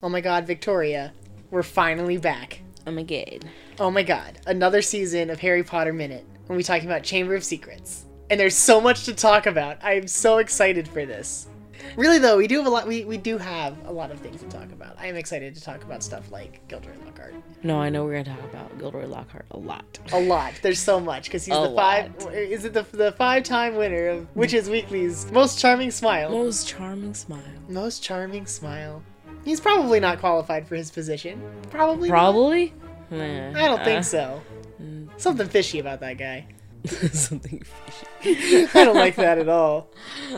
Oh my god, Victoria, we're finally back. Oh my god. Oh my god, another season of Harry Potter Minute when we talking about Chamber of Secrets. And there's so much to talk about. I am so excited for this. Really though, we do have a lot we, we do have a lot of things to talk about. I am excited to talk about stuff like Gilderoy Lockhart. No, I know we're gonna talk about Gilderoy Lockhart a lot. A lot. There's so much because he's A the five is it the the five-time winner of Witches Weekly's Most Charming Smile. Most charming smile. Most Charming Smile. He's probably not qualified for his position. Probably. not. Probably. Uh, I don't think so. Mm. Something fishy about that guy. Something fishy. I don't like that at all.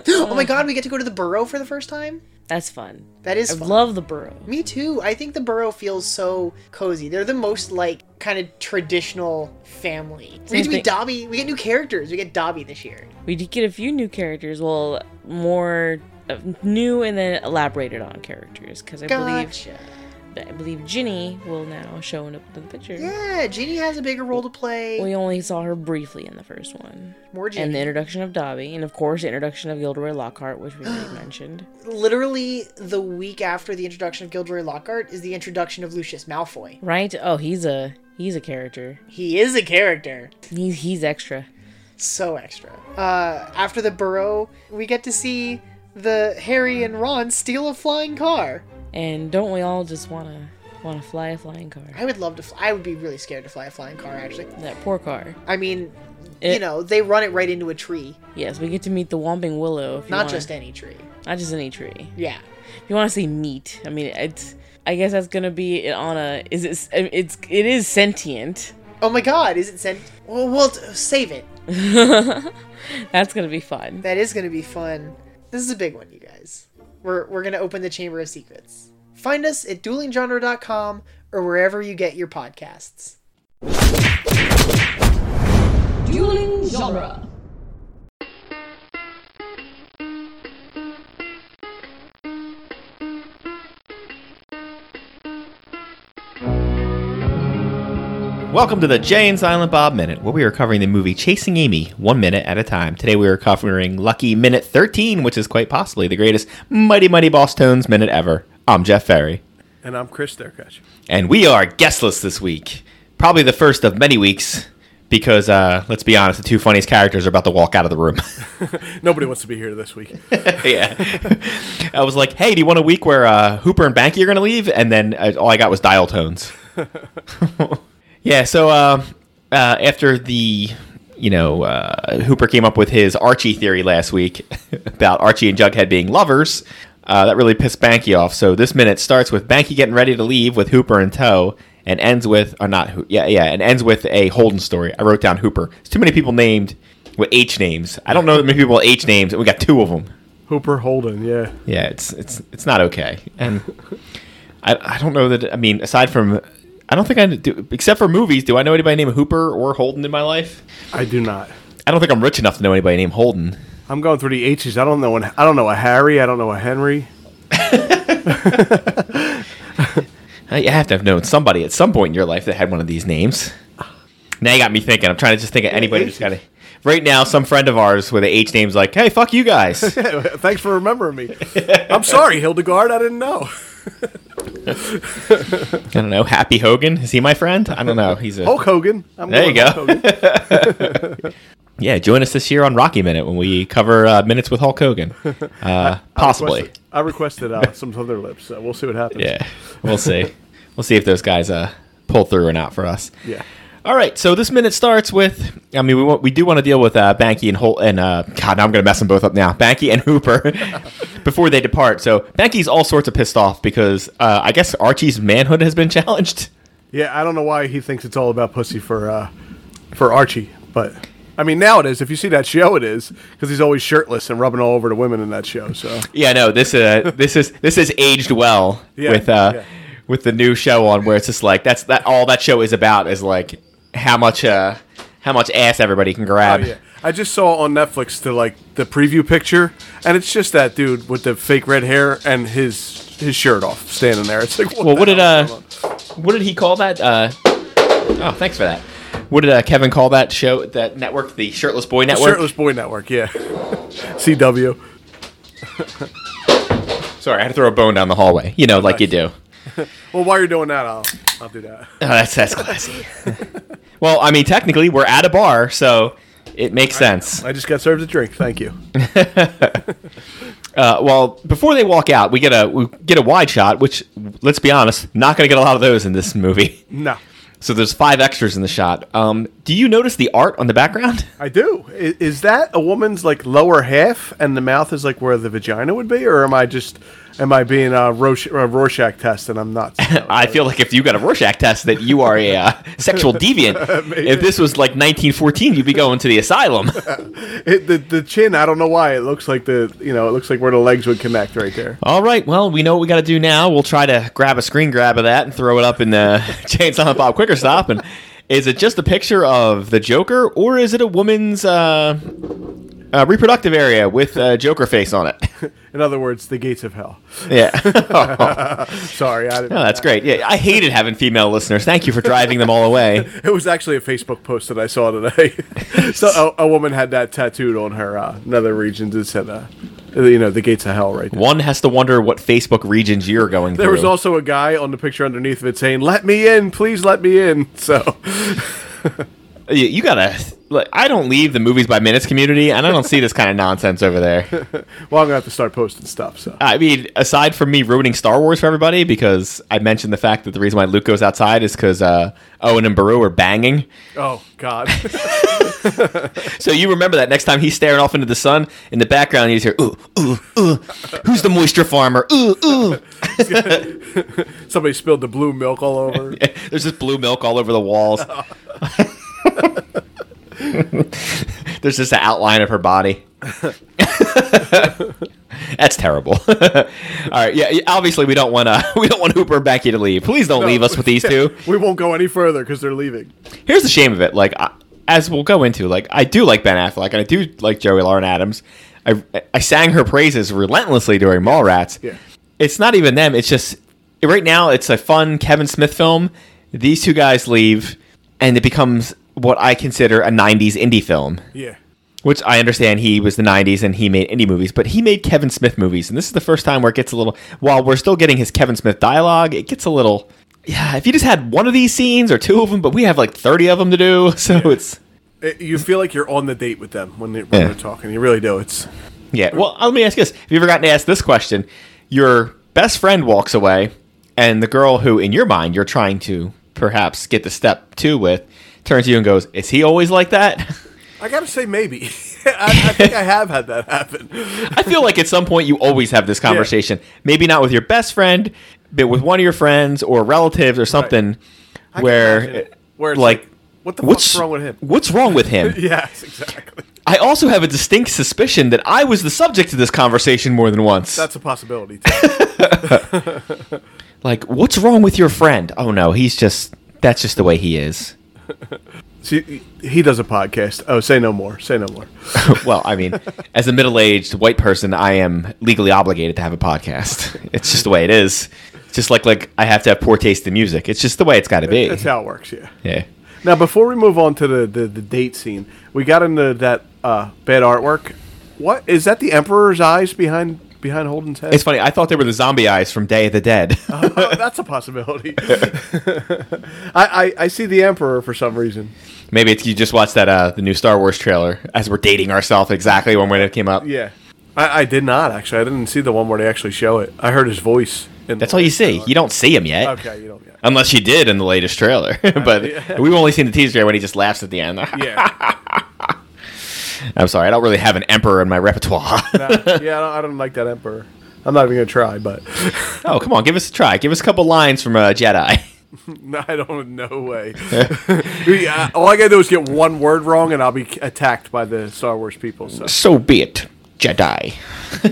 oh Uh. my god, we get to go to the Burrow for the first time? That's fun. That is I fun. love the burrow. Me too. I think the Burrow feels so cozy. They're the most like kind of traditional family. We get to Same be thing. Dobby. We get new characters. We get Dobby this year. We did get a few new characters. Well, more uh, new and then elaborated on characters because I Gotcha. believe I believe Ginny will now show up in the picture. Yeah, Ginny has a bigger role to play. We only saw her briefly in the first one. More Ginny. And the introduction of Dobby, and of course, the introduction of Gilderoy Lockhart, which we already mentioned. Literally the week after the introduction of Gilderoy Lockhart is the introduction of Lucius Malfoy. Right? Oh, he's a he's a character. He is a character. He's he's extra. so extra. Uh, after the burrow, we get to see the Harry and Ron steal a flying car. And don't we all just wanna wanna fly a flying car? I would love to. Fl- I would be really scared to fly a flying car. Actually, That poor car. I mean, you It- know, they run it right into a tree, Yes, we get to meet the Whomping Willow. If you not wanna- just any tree. not just any tree. Yeah, If you want to say meat, I mean it's. I guess that's gonna be on a. Is it? It's it is sentient. Oh my god, is it sent? Well, we'll t- save it. that's gonna be fun. That is going to be fun. This is a big one, you guys. We're, we're going to open the Chamber of Secrets. Find us at duelinggenre.com or wherever you get your podcasts. Dueling genre. Welcome to the Jay and Silent Bob Minute, where we are covering the movie Chasing Amy one minute at a time. Today we are covering Lucky Minute 13, which is quite possibly the greatest Mighty Mighty Boss Tones minute ever. I'm Jeff Ferry, And I'm Chris Derkach. and we are guestless this week. Probably the first of many weeks, because uh, let's be honest, the two funniest characters are about to walk out of the room. Nobody wants to be here this week. yeah. I was like, hey, do you want a week where uh, Hooper and Banky are going to leave? And then uh, all I got was dial tones. yeah, so uh, uh, after the, you know, uh, Hooper came up with his Archie theory last week about Archie and Jughead being lovers, uh, that really pissed Banky off. So this minute starts with Banky getting ready to leave with Hooper in tow. And ends with, or not, Ho- yeah, yeah, and ends with a Holden story. I wrote down Hooper. It's too many people named with H names. I don't know that many people with H names, and we got two of them. Hooper Holden, yeah. Yeah, it's it's it's not okay, and I I don't know that I mean aside from I don't think I do except for movies. Do I know anybody named Hooper or Holden in my life? I do not. I don't think I'm rich enough to know anybody named Holden. I'm going through the H's. I don't know. An, I don't know a Harry. I don't know a Henry. I I have to have known somebody at some point in your life that had one of these names. Now you got me thinking. I'm trying to just think of anybody that's got a. Right now, some friend of ours with a H name's like, "Hey, fuck you guys." Thanks for remembering me. I'm sorry, Hildegard. I didn't know. I don't know. Happy Hogan is he my friend? I don't know. He's a Hulk Hogan. I'm There you going Hulk go. Hogan. yeah. Join us this year on Rocky Minute when we cover uh, minutes with Hulk Hogan, uh, possibly. Requested- I requested uh, some Southern lips. So we'll see what happens. Yeah, we'll see. we'll see if those guys uh, pull through or not for us. Yeah. All right, so this minute starts with. I mean, we want, we do want to deal with uh, Banky and Holt and uh, God. Now I'm going to mess them both up now. Banky and Hooper before they depart. So Banky's all sorts of pissed off because uh, I guess Archie's manhood has been challenged. Yeah. I don't know why he thinks it's all about pussy for uh, for Archie, but I mean now it is. If you see that show, it is because he's always shirtless and rubbing all over the women in that show. So Yeah, no, this uh, this is this is aged well Yeah, with uh, yeah. with the new show on where it's just like that's that all that show is about is like how much uh how much ass everybody can Oh grab. yeah, I just saw on Netflix the like the preview picture, and it's just that dude with the fake red hair and his his shirt off, standing there. It's like, what Well, the what did hell's uh, going on? what did he call that? Uh, oh, thanks for that. What did uh, Kevin call that show? That network, the Shirtless Boy Network. Shirtless Boy Network? Yeah, CW. Sorry, I had to throw a bone down the hallway. You know, like you do. Well, while you're doing that, I'll I'll do that. Oh, that's that's classy. well, I mean, technically, we're at a bar, so it makes sense. I just got served a drink. Thank you. Uh, well, before they walk out, we get a we get a wide shot, which let's be honest, not going to get a lot of those in this movie. No, So there's five extras in the shot. Um, do you notice the art on the background? I do. I- Is, that a woman's like lower half, and the mouth is like where the vagina would be, or am I just am I being a, Rosh- a Rorschach test and I'm not? I feel like if you got a Rorschach test, that you are a uh, sexual deviant. if this was like 1914, you'd be going to the asylum. It, the the chin. I don't know why it looks like the you know it looks like where the legs would connect right there. All right. Well, we know what we got to do now. We'll try to grab a screen grab of that and throw it up in the Chainsaw Bob Quicker Stop. And is it just a picture of the Joker, or is it a woman's uh, uh, reproductive area with a Joker face on it? In other words, the gates of hell. yeah. oh, Sorry, I didn't. that's great. Yeah, I hated having female listeners. Thank you for driving them all away. It was actually a Facebook post that I saw today. so a, a woman had that tattooed on her uh, nether regions. It said, uh, you know, the gates of hell right there. One has to wonder what Facebook regions you're going There through. was also a guy on the picture underneath of it saying, "Let me in, please let me in." So you, you gotta. Look, I don't leave the movies by minutes community, and I don't see this kind of nonsense over there. Well, I'm gonna have to start posting stuff. So I mean, aside from me ruining Star Wars for everybody, because I mentioned the fact that the reason why Luke goes outside is because uh, Owen and Baru are banging. oh god, So you remember that next time he's staring off into the sun, in the background you just hear, ooh, ooh, ooh, who's the moisture farmer? Ooh, ooh. somebody spilled the blue milk all over. There's just blue milk all over the walls. There's just an outline of her body. That's terrible. all right, yeah. yeah, Obviously, we don't want to. We don't want Hooper and Becky to leave. Please don't leave us with these two. we won't go any further because they're leaving. here's the shame of it. Like, I, as we'll go into, like, I do like Ben Affleck and I do like Joey Lauren Adams. I I sang her praises relentlessly during Mallrats. Yeah. It's not even them. It's just right now. It's a fun Kevin Smith film. These two guys leave, and it becomes what I consider a '90s indie film. Yeah, Which I understand he was the 90s and he made indie movies, but he made Kevin Smith movies. And this is the first time where it gets a little, while we're still getting his Kevin Smith dialogue, it gets a little, yeah, if you just had one of these scenes or two of them, but we have like 30 of them to do. So it's, It- Uh, you feel like you're on the date with them when, they, when Yeah. they're talking. You really do. It's yeah. Well, uh, let me ask you this. Have you ever gotten to ask this question? Your best friend walks away, and the girl who, in your mind, you're trying to perhaps get the step two with turns to you and goes, Is he always like that? I gotta say maybe. I, I think I have had that happen. I feel like at some point you always have this conversation. Maybe not with your best friend, but with one of your friends or relatives or something. imagine Where, it. Where it's like, like, what the what's fuck's wrong with him? What's wrong with him? Yes, exactly. I also have a distinct suspicion that I was the subject of this conversation more than once. That's a possibility. Too. like, what's wrong with your friend? Oh no, he's just that's just the way he is. See, he does a podcast. Oh, say no more. Say no more. well, I mean, as a middle-aged white person, I am legally obligated to have a podcast. It's just the way it is. It's Just like like I have to have poor taste in music. It's just the way it's got to be. That's how it works. Yeah. Yeah. Now, before we move on to the, the, the date scene, we got into that uh, bad artwork. What is that? The Emperor's eyes behind behind Holden's head? It's funny. I thought they were the zombie eyes from Day of the Dead. Oh, that's a possibility. I, I I see the Emperor for some reason. Maybe it's, you just watched that uh, the new Star Wars trailer as we're dating ourselves exactly when when it came out. Yeah, I, I did not actually. I didn't see the one where they actually show it. I heard his voice. In That's all you see. You don't see him yet. Okay, you don't. Yeah. Unless you did in the latest trailer, but we've only seen the teaser trailer when he just laughs at the end. Yeah, I'm sorry, I don't really have an emperor in my repertoire. Nah, uh, yeah. I don't, I don't like that Emperor. I'm not even gonna try, but oh, come on, give us a try. Give us a couple lines from uh, Jedi. No, I don't. No way. Yeah, all I gotta do is get one word wrong, and I'll be attacked by the Star Wars people. So So be it, Jedi.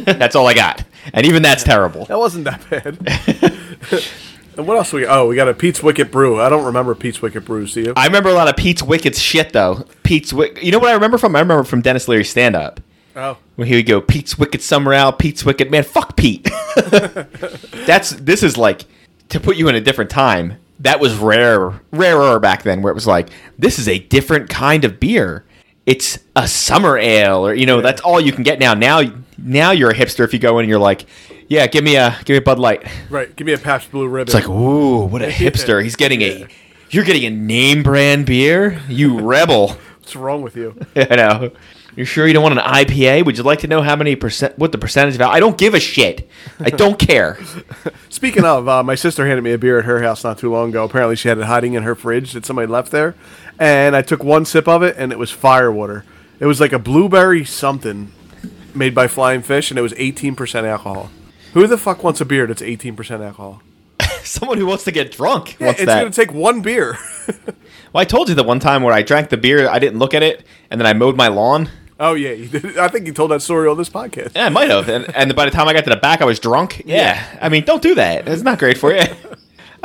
that's all I got, and even that's terrible. that wasn't that bad. and what else we? Oh, we got a Pete's Wicked Brew. I don't remember Pete's Wicked Brews. Do you? I remember a lot of Pete's Wicked shit though. Pete's Wick. You know what I remember from? I remember from Dennis Leary's stand up. oh, Well, here we go. Pete's wicked summer out. Pete's wicked man. Fuck Pete. That's this is like to put you in a different time. That was rare, rarer back then, where it was like this is a different kind of beer. It's a summer ale, or you know, that's all you can get now. Now, now you're a hipster if you go in and you're like, Yeah, give me a give me a Bud Light. Right. Give me a Pabst Blue It's Ribbon. like, ooh, what a hipster. He's getting a you're getting a name brand beer? You rebel. What's wrong with you? I know. You sure you don't want an IPA? Would you like to know how many percent what the percentage of I don't give a shit. I don't care. Speaking of, uh, my sister handed me a beer at her house not too long ago. Apparently, she had it hiding in her fridge that somebody left there, and I took one sip of it, and it was fire water. It was like a blueberry something made by Flying Fish, and it was 18% alcohol. Who the fuck wants a beer that's 18% alcohol? Someone who wants to get drunk Yeah, wants it's that. gonna take one beer. well, I told you the one time where I drank the beer, I didn't look at it, and then I mowed my lawn. oh yeah, you did. I think you told that story on this podcast. Yeah, I might have. And, and by the time I got to the back, I was drunk. Yeah. I mean, don't do that. It's not great for you. All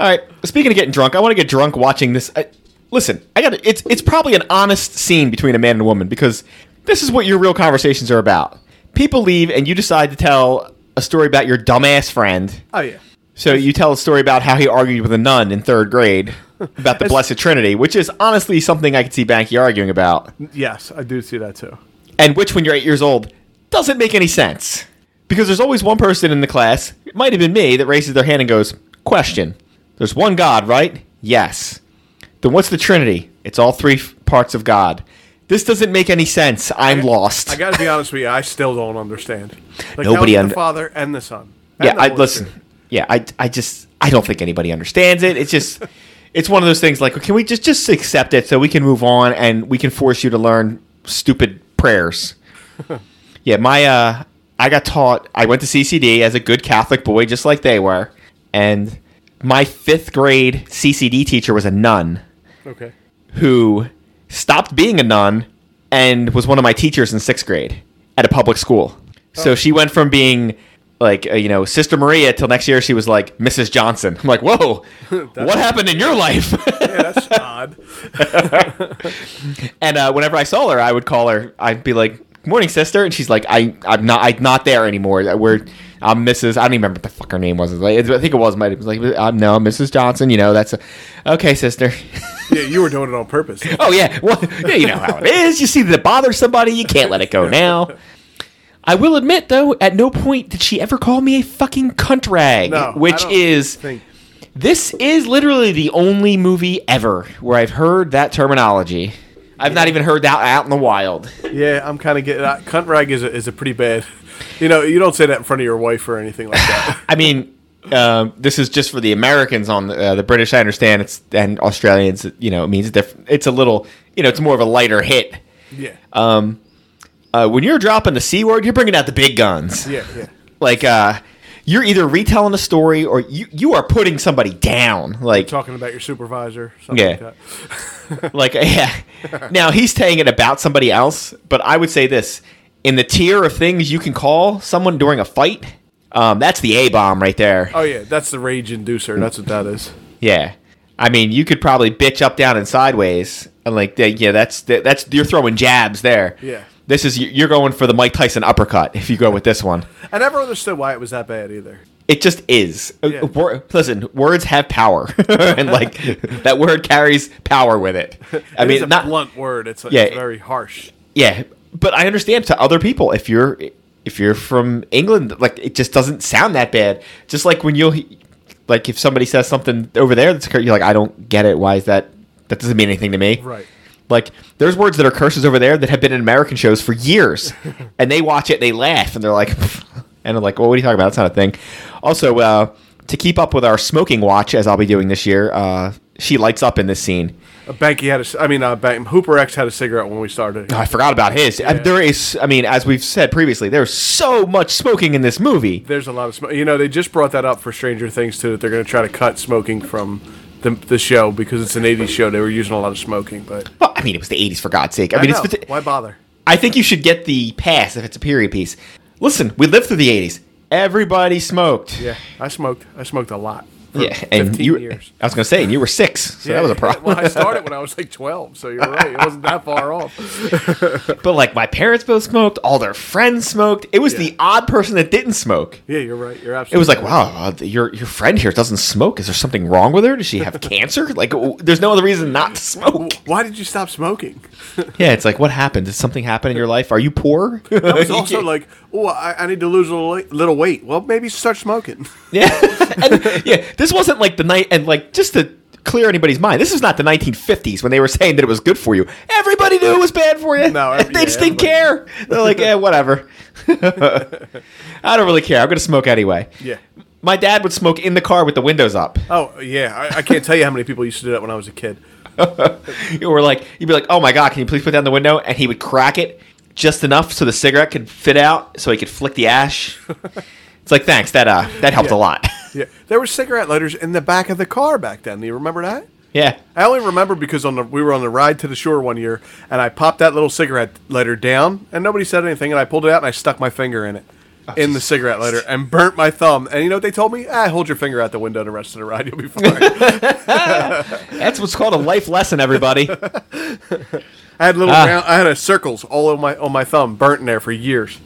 right. Speaking of getting drunk, I want to get drunk watching this. I, listen, I got it's it's probably an honest scene between a man and a woman because this is what your real conversations are about. People leave, and you decide to tell a story about your dumbass friend. Oh yeah. So you tell a story about how he argued with a nun in third grade about the Blessed Trinity, which is honestly something I could see Banky arguing about Yes, I do see that too. and which when you're eight years old doesn't make any sense because there's always one person in the class it might have been me that raises their hand and goes question there's one god right yes then what's the trinity it's all three f- parts of god this doesn't make any sense i'm lost I gotta be honest with you, I still don't understand. Like, Nobody how is under- the father and the son. yeah And the i Holy listen Spirit. yeah I, I just i don't think anybody understands it it's just it's one of those things like can we just just accept it so we can move on and we can force you to learn stupid prayers yeah my uh i got taught i went to ccd as a good catholic boy just like they were and my fifth grade ccd teacher was a nun Okay. who stopped being a nun and was one of my teachers in sixth grade at a public school. So she went from being like uh, you know Sister Maria till next year she was like Mrs. Johnson. I'm like, whoa, what happened in your life? Yeah, that's odd. and uh, whenever I saw her, I would call her. I'd be like, "Good morning, sister," and she's like, "I I'm not I'm not there anymore. We're I'm Mrs. I don't even remember what the fuck her name was. It was like- I think it was my it was like uh, no Mrs. Johnson. You know that's a, okay, sister." Yeah, you were doing it on purpose. Oh yeah, well, yeah, you know how it is. You see that it bothers somebody, you can't let it go now. I will admit, though, at no point did she ever call me a fucking cunt rag, No, I which don't is Think. this is literally the only movie ever where I've heard that terminology. I've not even heard that out in the wild. Yeah, I'm kind of getting uh, cunt rag is a, is a pretty bad. You know, you don't say that in front of your wife or anything like that. I mean, um, this is just for the Americans on the, uh, the British. I understand it's and Australians. You know, it means different. It's a little. You know, it's more of a lighter hit. yeah, Um, Uh, when you're dropping the c word, you're bringing out the big guns. yeah, yeah. like uh you're either retelling a story or you you are putting somebody down like Talking about your supervisor, something Yeah. like that. like yeah now he's saying it about somebody else but i would say this in the tier of things you can call someone during a fight um that's the a bomb right there Oh yeah, that's the rage inducer. That's what that is. yeah i mean you could probably bitch up down and sideways and like that- yeah that's that- that's you're throwing jabs there Yeah. this is you're going for the mike tyson uppercut if you go with this one I never understood why it was that bad either. it just is. Uh, Yeah. Wor- listen, words have power, and like that word carries power with it. I It is mean, a not blunt word. It's, like, Yeah. it's very harsh. yeah, but I understand to other people if you're if you're from England, like it just doesn't sound that bad. Just like when you'll he- like if somebody says something over there that's cur- you're like, I don't get it. Why is that? That doesn't mean anything to me. Right. Like there's words that are curses over there that have been in American shows for years, and they watch it, and they laugh, and they're like, and I'm like, well, what are you talking about? That's not a thing. Also, uh, to keep up with our smoking watch, as I'll be doing this year, uh, she lights up in this scene. A Banky had a. c- I mean, uh, Bank, Hooper X had a cigarette when we started. Oh, I forgot about his. Uh, There is, I mean, as we've said previously, there's so much smoking in this movie. There's a lot of smoke. You know, they just brought that up for Stranger Things too. That they're going to try to cut smoking from the, the show because it's an '80s show. They were using a lot of smoking, but Well, I mean, it was the 80s for God's sake. I, I mean, know. it's. why bother? I think you should get the pass if it's a period piece. Listen, we lived through the 80s. Everybody smoked. Yeah, I smoked. I smoked a lot. for yeah, and 15 you. years. I was gonna say, and you were six, so that was a problem. Well, I started when I was like 12, so you're right. It wasn't that far off. But like, my parents both smoked. All their friends smoked. It was the odd person that didn't smoke. Yeah, you're right. You're absolutely It was like, right. wow, uh, your your friend here doesn't smoke. Is there something wrong with her? Does she have cancer? Like, w- there's no other reason not to smoke. Why did you stop smoking? Yeah, it's like, what happened? Did something happen in your life? Are you poor? I was also like, oh, I, I need to lose a little, little weight. Well, maybe start smoking. Yeah, and, yeah. This wasn't like the night, and like just to clear anybody's mind, this is not the 1950s when they were saying that it was good for you. Everybody knew it was bad for you. No, every- they just yeah, didn't care. They're like, yeah, whatever. I don't really care. I'm gonna smoke anyway. Yeah. My dad would smoke in the car with the windows up. Oh, yeah. I, I can't tell you how many people used to do that when I was a kid. or like, you'd be like, oh my god, can you please put down the window? And he would crack it just enough so the cigarette could fit out, so he could flick the ash. it's like, thanks. That uh, that helped a lot. Yeah. There were cigarette lighters in the back of the car back then. Do you remember that? yeah. I only remember because on the we were on the ride to the shore one year, and I popped that little cigarette lighter down, and nobody said anything, and I pulled it out and I stuck my finger in it, Ah, in the cigarette lighter, and burnt my thumb. And you know what they told me? Ah, hold your finger out the window the rest of the ride, you'll be fine. That's what's called a life lesson, everybody. I had little Ah. round, I had a circles all on my on my thumb, burnt in there for years.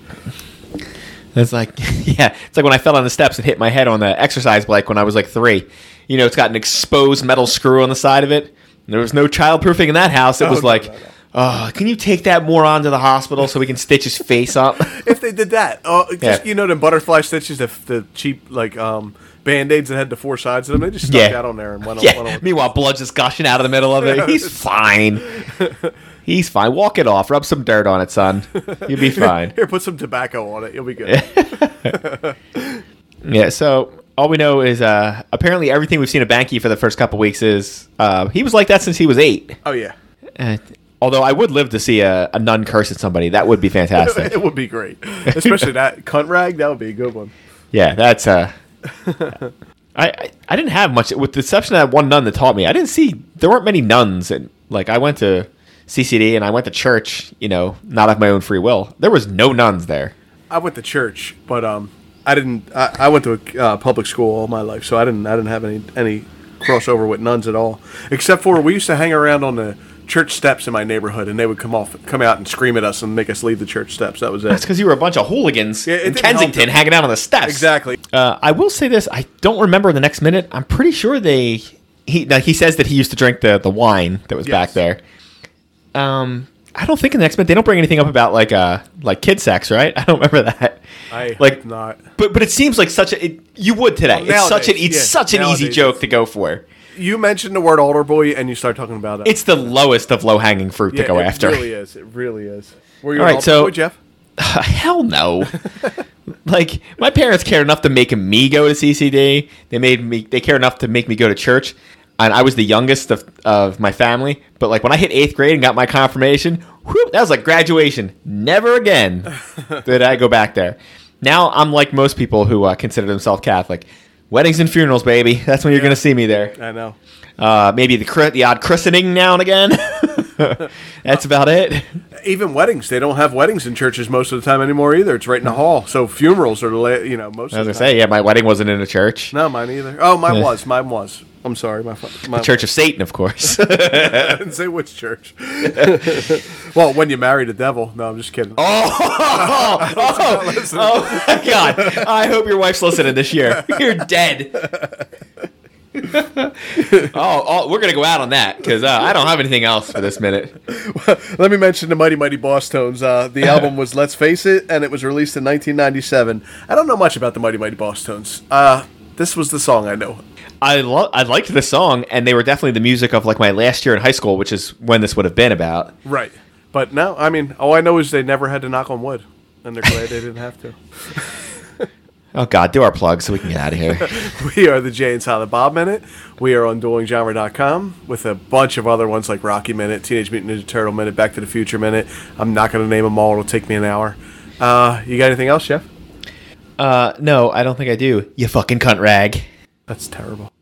It's like, yeah, it's like when I fell on the steps and hit my head on the exercise bike when I was like three. You know, it's got an exposed metal screw on the side of it. And there was no childproofing in that house. It was no, like, no, no. oh, can you take that moron to the hospital so we can stitch his face up? If they did that, uh, just, Yeah. you know, the butterfly stitches, the, the cheap like um, band aids that had the four sides of them, they just stuck Yeah. that on there and went on. Went yeah. on. Meanwhile, blood's just gushing out of the middle of it. He's fine. He's fine. Walk it off. Rub some dirt on it, son. You'll be fine. Here, put some tobacco on it. You'll be good. Yeah, so all we know is uh, apparently everything we've seen of Banky for the first couple weeks is uh, he was like that since he was eight. Oh yeah, Uh, although I would live to see a, a nun curse at somebody. That would be fantastic. it would be great, especially that cunt rag. That would be a good one. yeah, that's. Uh, I, I I didn't have much with the exception of that one nun that taught me. I didn't see there weren't many nuns, and like I went to CCD and I went to church. You know, not of my own free will. There was no nuns there. I went to church, but um, I didn't. I, I went to a uh, public school all my life, so I didn't. I didn't have any any crossover with nuns at all, except for we used to hang around on the church steps in my neighborhood, and they would come off, come out and scream at us and make us leave the church steps. That was it. That's because you were a bunch of hooligans Yeah, it in didn't help Kensington them. hanging out on the steps. Exactly. Uh, I will say this: I don't remember the next minute. I'm pretty sure they he now he says that he used to drink the the wine that was back Yes. there. Um, I don't think in the next minute they don't bring anything up about like uh like kid sex, right? I don't remember that. I like hope not. But but it seems like such a it, you would today. Well, it's such an nowadays, it's yeah, such an easy nowadays joke it's- to go for. You mentioned the word altar boy, and you start talking about it. It's the lowest of low hanging fruit yeah, to go it after. really is. It really is. Were you All an right, altar so- boy, Jeff? Uh, Hell no. like my parents cared enough to make me go to CCD. They made me. They cared enough to make me go to church, and I was the youngest of, of my family. But like when I hit eighth grade and got my confirmation, whoop, that was like graduation. Never again did I go back there. Now I'm like most people who uh, consider themselves Catholic. Weddings and funerals, baby. That's when you're gonna see me there. I know. Uh, maybe the cri- the odd christening now and again. That's about it. Even weddings, they don't have weddings in churches most of the time anymore either. It's right in the hall. So funerals are, la- you know, most. I of was the gonna say, time. yeah, my wedding wasn't in a church. No, mine either. Oh, mine Yeah. was. Mine was. I'm sorry. My, fu- my Church of Satan, of course. I didn't say which church. well, when you marry the devil. No, I'm just kidding. Oh my god. I hope your wife's listening this year. You're dead. oh, oh, we're gonna go out on that because uh, I don't have anything else for this minute. Let me mention the Mighty Mighty Boss Tones. Uh, the album was Let's Face It, and it was released in 1997. I don't know much about the Mighty Mighty Boss Tones. Uh, this was the song I know. I lo- I liked the song, and they were definitely the music of like my last year in high school, which is when this would have been about. Right. But no, I mean, all I know is they never had to knock on wood, and they're glad they didn't have to. Oh god, do our plug so we can get out of here. We are the Jay and Silent Bob Minute. We are on duelinggenre.com with a bunch of other ones like Rocky Minute, Teenage Mutant Ninja Turtle Minute, Back to the Future Minute. I'm not going to name them all. It'll take me an hour. Uh, you got anything else, Jeff? Uh, no, I don't think I do. You fucking cunt rag. That's terrible.